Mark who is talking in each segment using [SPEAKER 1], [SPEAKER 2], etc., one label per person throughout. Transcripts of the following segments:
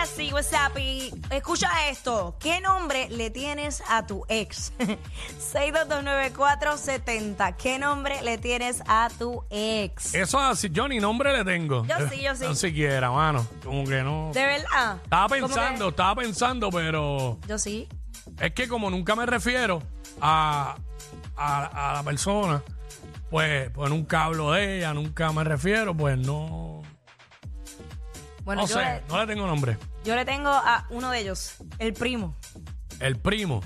[SPEAKER 1] así, WhatsApp. Y escucha esto. ¿Qué nombre le tienes a tu ex? 6229470. ¿Qué nombre le tienes a tu ex?
[SPEAKER 2] Eso es así, yo ni nombre le tengo.
[SPEAKER 1] Yo sí, yo sí.
[SPEAKER 2] No siquiera, mano. Como que no.
[SPEAKER 1] ¿De verdad?
[SPEAKER 2] Estaba
[SPEAKER 1] ¿Cómo que-
[SPEAKER 2] pensando, estaba pensando, pero
[SPEAKER 1] Yo sí.
[SPEAKER 2] es que como nunca me refiero a, a, a la persona, pues, pues nunca hablo de ella, nunca me refiero, pues no.
[SPEAKER 1] Bueno,
[SPEAKER 2] no
[SPEAKER 1] yo,
[SPEAKER 2] sé,
[SPEAKER 1] le,
[SPEAKER 2] no le tengo nombre.
[SPEAKER 1] yo le tengo a uno de ellos, el primo.
[SPEAKER 2] El primo.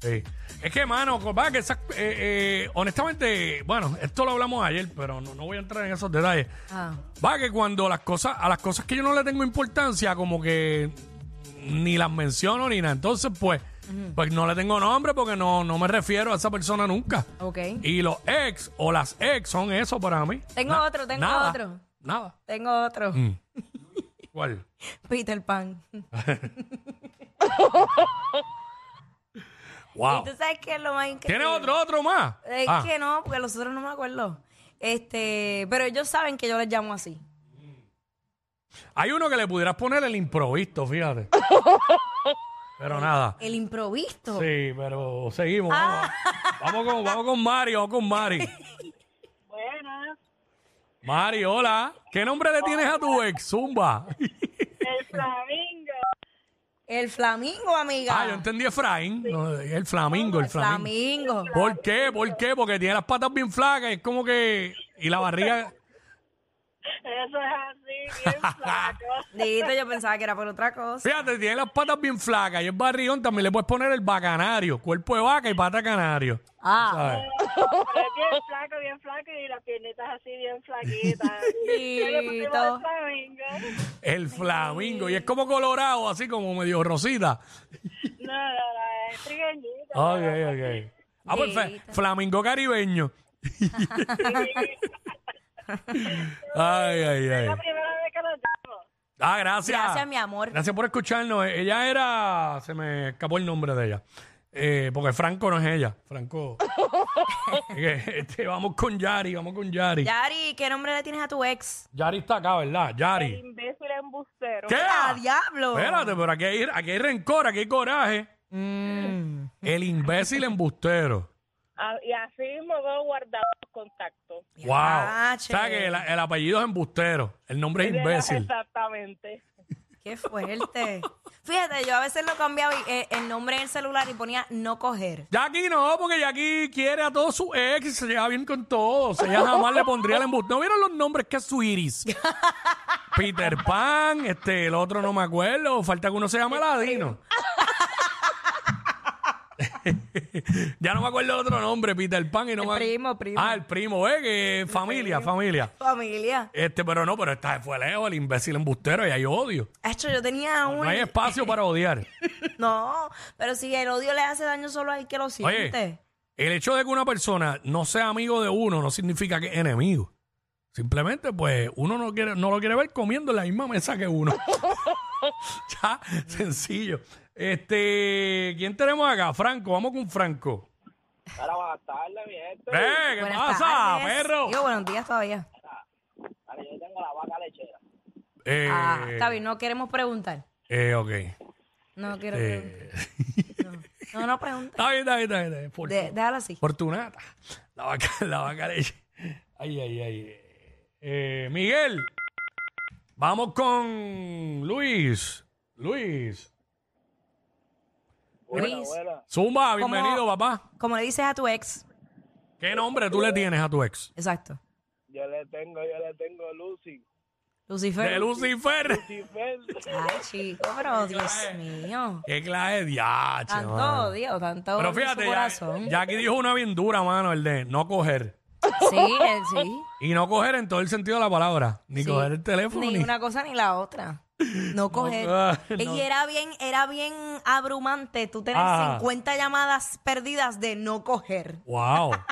[SPEAKER 2] Sí. Es que, mano, co- va, que esa- eh, eh, honestamente, bueno, esto lo hablamos ayer, pero no, no voy a entrar en esos detalles.
[SPEAKER 1] Ah.
[SPEAKER 2] Va, que cuando las cosas, a las cosas que yo no le tengo importancia, como que ni las menciono ni nada. Entonces, pues, pues no le tengo nombre porque no, no me refiero a esa persona nunca.
[SPEAKER 1] Ok.
[SPEAKER 2] Y los ex o las ex son eso para mí.
[SPEAKER 1] Tengo otro, tengo
[SPEAKER 2] nada, Mm.
[SPEAKER 1] otro.
[SPEAKER 2] Nada.
[SPEAKER 1] Tengo otro,
[SPEAKER 2] ¿Cuál?
[SPEAKER 1] Peter Pan.
[SPEAKER 2] Wow.
[SPEAKER 1] ¿Y tú sabes qué es lo más increíble?
[SPEAKER 2] ¿Tiene otro, otro más?
[SPEAKER 1] Es
[SPEAKER 2] Ah,
[SPEAKER 1] que no, porque los otros no me acuerdo. Este, pero ellos saben que yo les llamo así.
[SPEAKER 2] Hay uno que le pudieras poner el improvisto, fíjate. Pero nada.
[SPEAKER 1] El improviso.
[SPEAKER 2] Sí, pero seguimos. Vamos, vamos, con, vamos con Mari, vamos con Mari.
[SPEAKER 3] Buenas,
[SPEAKER 2] Mari, hola. ¿Qué nombre le tienes a tu ex, Zumba?
[SPEAKER 3] el flamingo.
[SPEAKER 1] El flamingo, amiga.
[SPEAKER 2] Ah, yo entendí Efraín. No, el flamingo, el flamingo.
[SPEAKER 1] Flamingo.
[SPEAKER 2] ¿Por qué? ¿Por qué? Porque tiene las patas bien flacas. Es como que... Y la barriga...
[SPEAKER 3] Eso es así, bien flaco.
[SPEAKER 1] Dito, yo pensaba que era por otra cosa.
[SPEAKER 2] Fíjate, tiene las patas bien flacas. Y el barrigón también le puedes poner el bacanario. Cuerpo de vaca y pata de canario.
[SPEAKER 1] Ah,
[SPEAKER 2] ¿sabes?
[SPEAKER 3] Pero es bien flaco, bien flaco y las piernitas así, bien flaquitas. Yo le
[SPEAKER 4] pues,
[SPEAKER 3] pusimos
[SPEAKER 1] Dito.
[SPEAKER 3] el flamingo.
[SPEAKER 2] El flamingo. Y es como colorado, así como medio rosita.
[SPEAKER 3] No, no, no, es trigueñito.
[SPEAKER 2] Ok, ok. Ah, pues fe- flamingo caribeño. ay, ay, ay.
[SPEAKER 3] Es la primera vez que lo llamo.
[SPEAKER 2] Ah, gracias.
[SPEAKER 1] Gracias, mi amor.
[SPEAKER 2] Gracias por escucharnos. Eh, Ella era. Se me escapó el nombre de ella. Eh, porque Franco no es ella. Franco. Eh, este, vamos con Yari, vamos con Yari.
[SPEAKER 1] Yari, ¿qué nombre le tienes a tu ex?
[SPEAKER 2] Yari está acá, ¿verdad? Yari.
[SPEAKER 3] Imbécil embustero.
[SPEAKER 2] ¿Qué?
[SPEAKER 1] ¡Ah, diablo!
[SPEAKER 2] Espérate, pero aquí hay, aquí hay rencor, aquí hay coraje.
[SPEAKER 1] Mm.
[SPEAKER 2] El imbécil embustero.
[SPEAKER 3] Ah, Y así me voy guardado los contactos.
[SPEAKER 2] Wow. o sea
[SPEAKER 1] Yache.
[SPEAKER 2] que el, el apellido es embustero. El nombre es imbécil.
[SPEAKER 3] Exactamente.
[SPEAKER 1] ¡Qué fuerte! Fíjate, yo a veces lo cambiaba y, eh, el nombre en el celular y ponía no coger.
[SPEAKER 2] Jackie no, porque Jackie quiere a todos sus ex y se lleva bien con todos. Ella jamás le pondría el embustero. ¿No vieron los nombres que es su iris? Peter Pan, este, el otro no me acuerdo. Falta que uno se llame Aladino. ya no me acuerdo el otro nombre, Peter Pan y no
[SPEAKER 1] El
[SPEAKER 2] me ac-
[SPEAKER 1] primo, primo.
[SPEAKER 2] Ah, el primo, eh, que familia, familia.
[SPEAKER 1] Familia.
[SPEAKER 2] Este, pero no, pero esta fue Leo, el imbécil embustero, y hay odio.
[SPEAKER 1] Hecho, yo tenía un.
[SPEAKER 2] No hay espacio para odiar.
[SPEAKER 1] No, pero si el odio le hace daño solo hay que lo siente.
[SPEAKER 2] Oye, el hecho de que una persona no sea amigo de uno no significa que es enemigo. Simplemente, pues, uno no, quiere, no lo quiere ver comiendo en la misma mesa que uno. ya, sencillo. Este, ¿quién tenemos acá? Franco, vamos con Franco.
[SPEAKER 5] Para bajarle, mi gente.
[SPEAKER 2] ¡Eh! ¿Qué
[SPEAKER 1] Buenas
[SPEAKER 2] pasa,
[SPEAKER 1] tardes.
[SPEAKER 2] perro?
[SPEAKER 1] Digo, buenos días todavía.
[SPEAKER 5] Ahora yo tengo la vaca lechera.
[SPEAKER 2] Eh,
[SPEAKER 1] Ah, está bien, no queremos preguntar.
[SPEAKER 2] Eh, ok.
[SPEAKER 1] No quiero preguntar.
[SPEAKER 2] Eh,
[SPEAKER 1] No, no pregunta.
[SPEAKER 2] está bien, está bien, está bien. está bien. Por-
[SPEAKER 1] De- déjalo así.
[SPEAKER 2] Fortunata. La vaca, la vaca leche. Ay, ay, ay. Eh, Miguel. Vamos con Luis. Luis.
[SPEAKER 1] Luis.
[SPEAKER 5] Abuela,
[SPEAKER 2] Zumba,
[SPEAKER 1] ¿Cómo?
[SPEAKER 2] bienvenido, papá.
[SPEAKER 1] Como le dices a tu ex.
[SPEAKER 2] ¿Qué nombre tú le tienes a tu ex?
[SPEAKER 1] Exacto.
[SPEAKER 5] yo le tengo, yo le tengo Lucy.
[SPEAKER 1] Lucifer.
[SPEAKER 2] De Lucifer.
[SPEAKER 5] Lucifer.
[SPEAKER 1] Ay, chico, pero Dios mío.
[SPEAKER 2] Qué clase de diache,
[SPEAKER 1] Ah,
[SPEAKER 2] mano.
[SPEAKER 1] Tanto Dios, tanto odio
[SPEAKER 2] Pero
[SPEAKER 1] en su
[SPEAKER 2] fíjate, ya,
[SPEAKER 1] corazón.
[SPEAKER 2] ya aquí dijo una bien dura, mano, el de no coger.
[SPEAKER 1] Sí, eh, sí.
[SPEAKER 2] Y no coger en todo el sentido de la palabra. Ni
[SPEAKER 1] Sí.
[SPEAKER 2] coger el teléfono.
[SPEAKER 1] Ni
[SPEAKER 2] Ni,
[SPEAKER 1] una cosa ni la otra. No coger. Eh,
[SPEAKER 2] ah, no.
[SPEAKER 1] Y era bien, era bien abrumante tú tener
[SPEAKER 2] Ajá.
[SPEAKER 1] 50 llamadas perdidas de no coger.
[SPEAKER 2] Wow.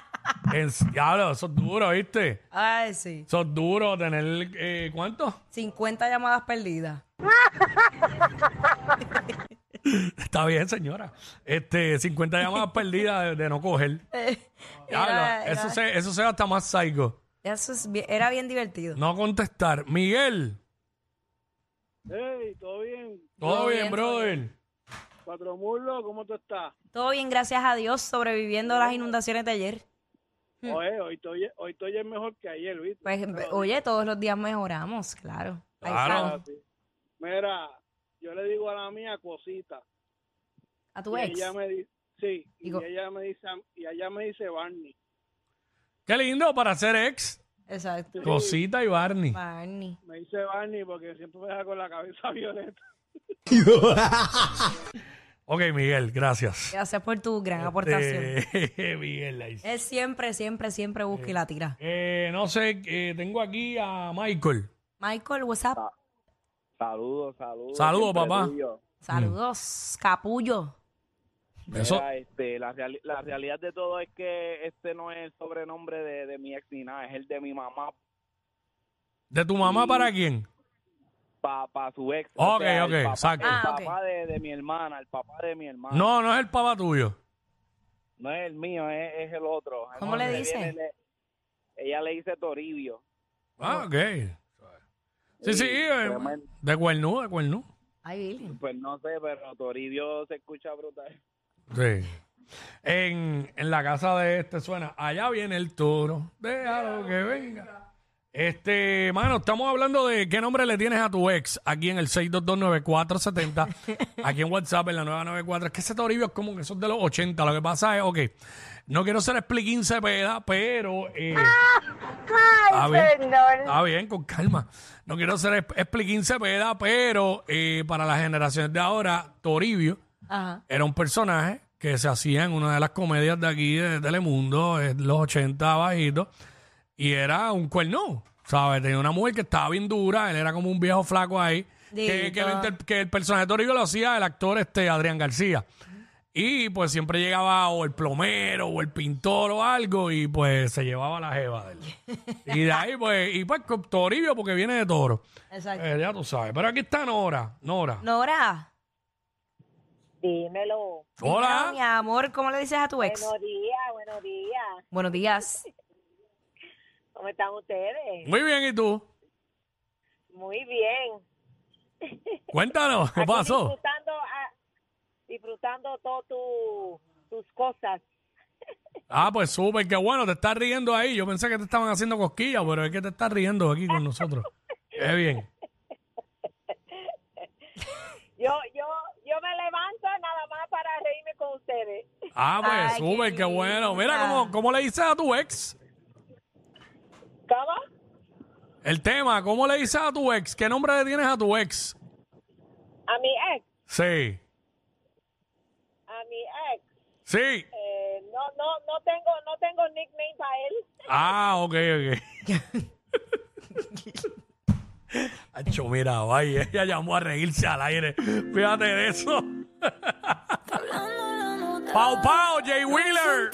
[SPEAKER 2] En- Diablo, eso es duro, ¿viste?
[SPEAKER 1] Ay, sí.
[SPEAKER 2] Eso es duro tener. Eh, ¿Cuánto?
[SPEAKER 1] 50 llamadas perdidas.
[SPEAKER 2] Está bien, señora. Este, 50 llamadas perdidas de, de no coger.
[SPEAKER 1] Eh,
[SPEAKER 2] Diablo,
[SPEAKER 1] era- era-
[SPEAKER 2] eso, se, eso se va hasta más psycho.
[SPEAKER 1] eso es bien- era bien divertido.
[SPEAKER 2] No contestar. Miguel.
[SPEAKER 5] Hey, ¿todo bien?
[SPEAKER 2] Todo
[SPEAKER 1] Todo
[SPEAKER 2] bien,
[SPEAKER 1] bien, todo
[SPEAKER 2] brother.
[SPEAKER 5] Cuatro Mulos, ¿cómo tú estás?
[SPEAKER 1] Todo bien, gracias a Dios, sobreviviendo a las inundaciones de ayer. Hmm.
[SPEAKER 5] Oye, hoy estoy, hoy estoy mejor que ayer, ¿viste?
[SPEAKER 1] Pues,
[SPEAKER 5] Pero-
[SPEAKER 1] oye, todos los días mejoramos, claro. Ahí
[SPEAKER 2] Claro.
[SPEAKER 1] estamos.
[SPEAKER 5] Mira, yo le digo a la mía cosita.
[SPEAKER 1] A tu
[SPEAKER 5] y
[SPEAKER 1] ex.
[SPEAKER 5] Ella me dice, sí,
[SPEAKER 1] Digo-
[SPEAKER 5] y ella me dice, a- y ella me dice Barney.
[SPEAKER 2] Qué lindo para ser ex.
[SPEAKER 1] Exacto.
[SPEAKER 2] Cosita y Barney.
[SPEAKER 1] Barney.
[SPEAKER 5] Me dice Barney porque siempre me deja con la cabeza violeta.
[SPEAKER 2] Ok, Miguel, gracias.
[SPEAKER 1] Gracias por tu gran
[SPEAKER 2] Este,
[SPEAKER 1] aportación.
[SPEAKER 2] Eh, Miguel, ahí sí.
[SPEAKER 1] Él siempre, siempre, siempre busca y la tira.
[SPEAKER 2] Eh, no sé, eh, tengo aquí a Michael.
[SPEAKER 1] Michael, WhatsApp.
[SPEAKER 5] Ah. Saludos, saludos.
[SPEAKER 2] Saludos, siempre papá. Mm.
[SPEAKER 1] Saludos, capullo.
[SPEAKER 2] Eso,
[SPEAKER 5] este, la, reali- la realidad de todo es que este no es el sobrenombre de, de mi ex ni nada, es el de mi mamá
[SPEAKER 2] ¿De tu mamá para quién?
[SPEAKER 5] para su ex.
[SPEAKER 2] Ok, ok,
[SPEAKER 5] el papá,
[SPEAKER 2] saco.
[SPEAKER 5] el
[SPEAKER 1] Ah, ok.
[SPEAKER 5] papá de, de mi hermana, el papá de mi hermana.
[SPEAKER 2] No, no es el papá tuyo.
[SPEAKER 5] No es el mío, es, es el otro.
[SPEAKER 1] ¿Cómo le
[SPEAKER 5] Entonces
[SPEAKER 1] dice?
[SPEAKER 5] viene, le- ella le dice Toribio.
[SPEAKER 2] Ah, ok. Sí, sí, eh,
[SPEAKER 5] tremendo.
[SPEAKER 2] de cuernú, de cuernú.
[SPEAKER 1] Ay, Virgen.
[SPEAKER 5] Pues no sé, pero Toribio se escucha brutal.
[SPEAKER 2] Sí. En, en la casa de este suena, allá viene el toro, déjalo que venga. Este, mano, estamos hablando de qué nombre le tienes a tu ex aquí en el 6229470, aquí en WhatsApp en la 994. Es que ese toribio es como que son de los 80. Lo que pasa es, ok, no quiero ser expliquín peda, pero. eh, está bien, Está bien, con calma. No quiero ser exp- expliquín peda, pero eh, para las generaciones de ahora, toribio
[SPEAKER 1] Ajá.
[SPEAKER 2] era un personaje que se hacía en una de las comedias de aquí de Telemundo, en los 80 bajitos, y era un cuerno, ¿sabes? Tenía una mujer que estaba bien dura, él era como un viejo flaco ahí, que,
[SPEAKER 1] Dito.
[SPEAKER 2] que lo inter- que el personaje de Toribio lo hacía el actor este Adrián García. Y pues siempre llegaba o el plomero o el pintor o algo y pues se llevaba la jeva de él. Y de ahí pues, y pues con Toribio porque viene de toro.
[SPEAKER 1] Exacto.
[SPEAKER 2] Eh, ya tú sabes. Pero aquí está Nora. Nora.
[SPEAKER 1] Nora.
[SPEAKER 4] Dímelo.
[SPEAKER 1] Mira, Mi
[SPEAKER 2] Hola.
[SPEAKER 1] amor, ¿cómo le dices a tu ex?
[SPEAKER 4] Buenos días, buenos días.
[SPEAKER 1] Buenos días.
[SPEAKER 4] ¿Cómo están ustedes?
[SPEAKER 2] Muy bien, ¿y tú?
[SPEAKER 4] Muy bien.
[SPEAKER 2] Cuéntanos, ¿qué
[SPEAKER 4] Aquí
[SPEAKER 2] pasó?
[SPEAKER 4] Disfrutando, a- disfrutando todo tu- tus cosas.
[SPEAKER 2] Ah, pues súper, qué bueno, te estás riendo ahí. Yo pensé que te estaban haciendo cosquillas, pero es que te estás riendo aquí con nosotros. Qué bien.
[SPEAKER 4] Yo, yo, yo me levanto nada más para reírme con ustedes.
[SPEAKER 2] Ah, pues
[SPEAKER 1] Ay, qué
[SPEAKER 2] súper, qué, bueno. Mira,
[SPEAKER 1] linda.
[SPEAKER 2] ¿cómo, ¿cómo le dices a tu ex?
[SPEAKER 4] ¿Cómo?
[SPEAKER 2] El tema, ¿cómo le dices a tu ex? ¿Qué nombre le tienes a tu ex?
[SPEAKER 4] A mi ex,
[SPEAKER 2] Sí,
[SPEAKER 4] a mi ex.
[SPEAKER 2] sí.
[SPEAKER 4] Eh, no, no, no tengo, no tengo nickname para él.
[SPEAKER 2] Ah, ok, ok. Acho, mira, vaya, ella llamó a reírse al aire. Fíjate de eso. Pau Pau, Jay Wheeler.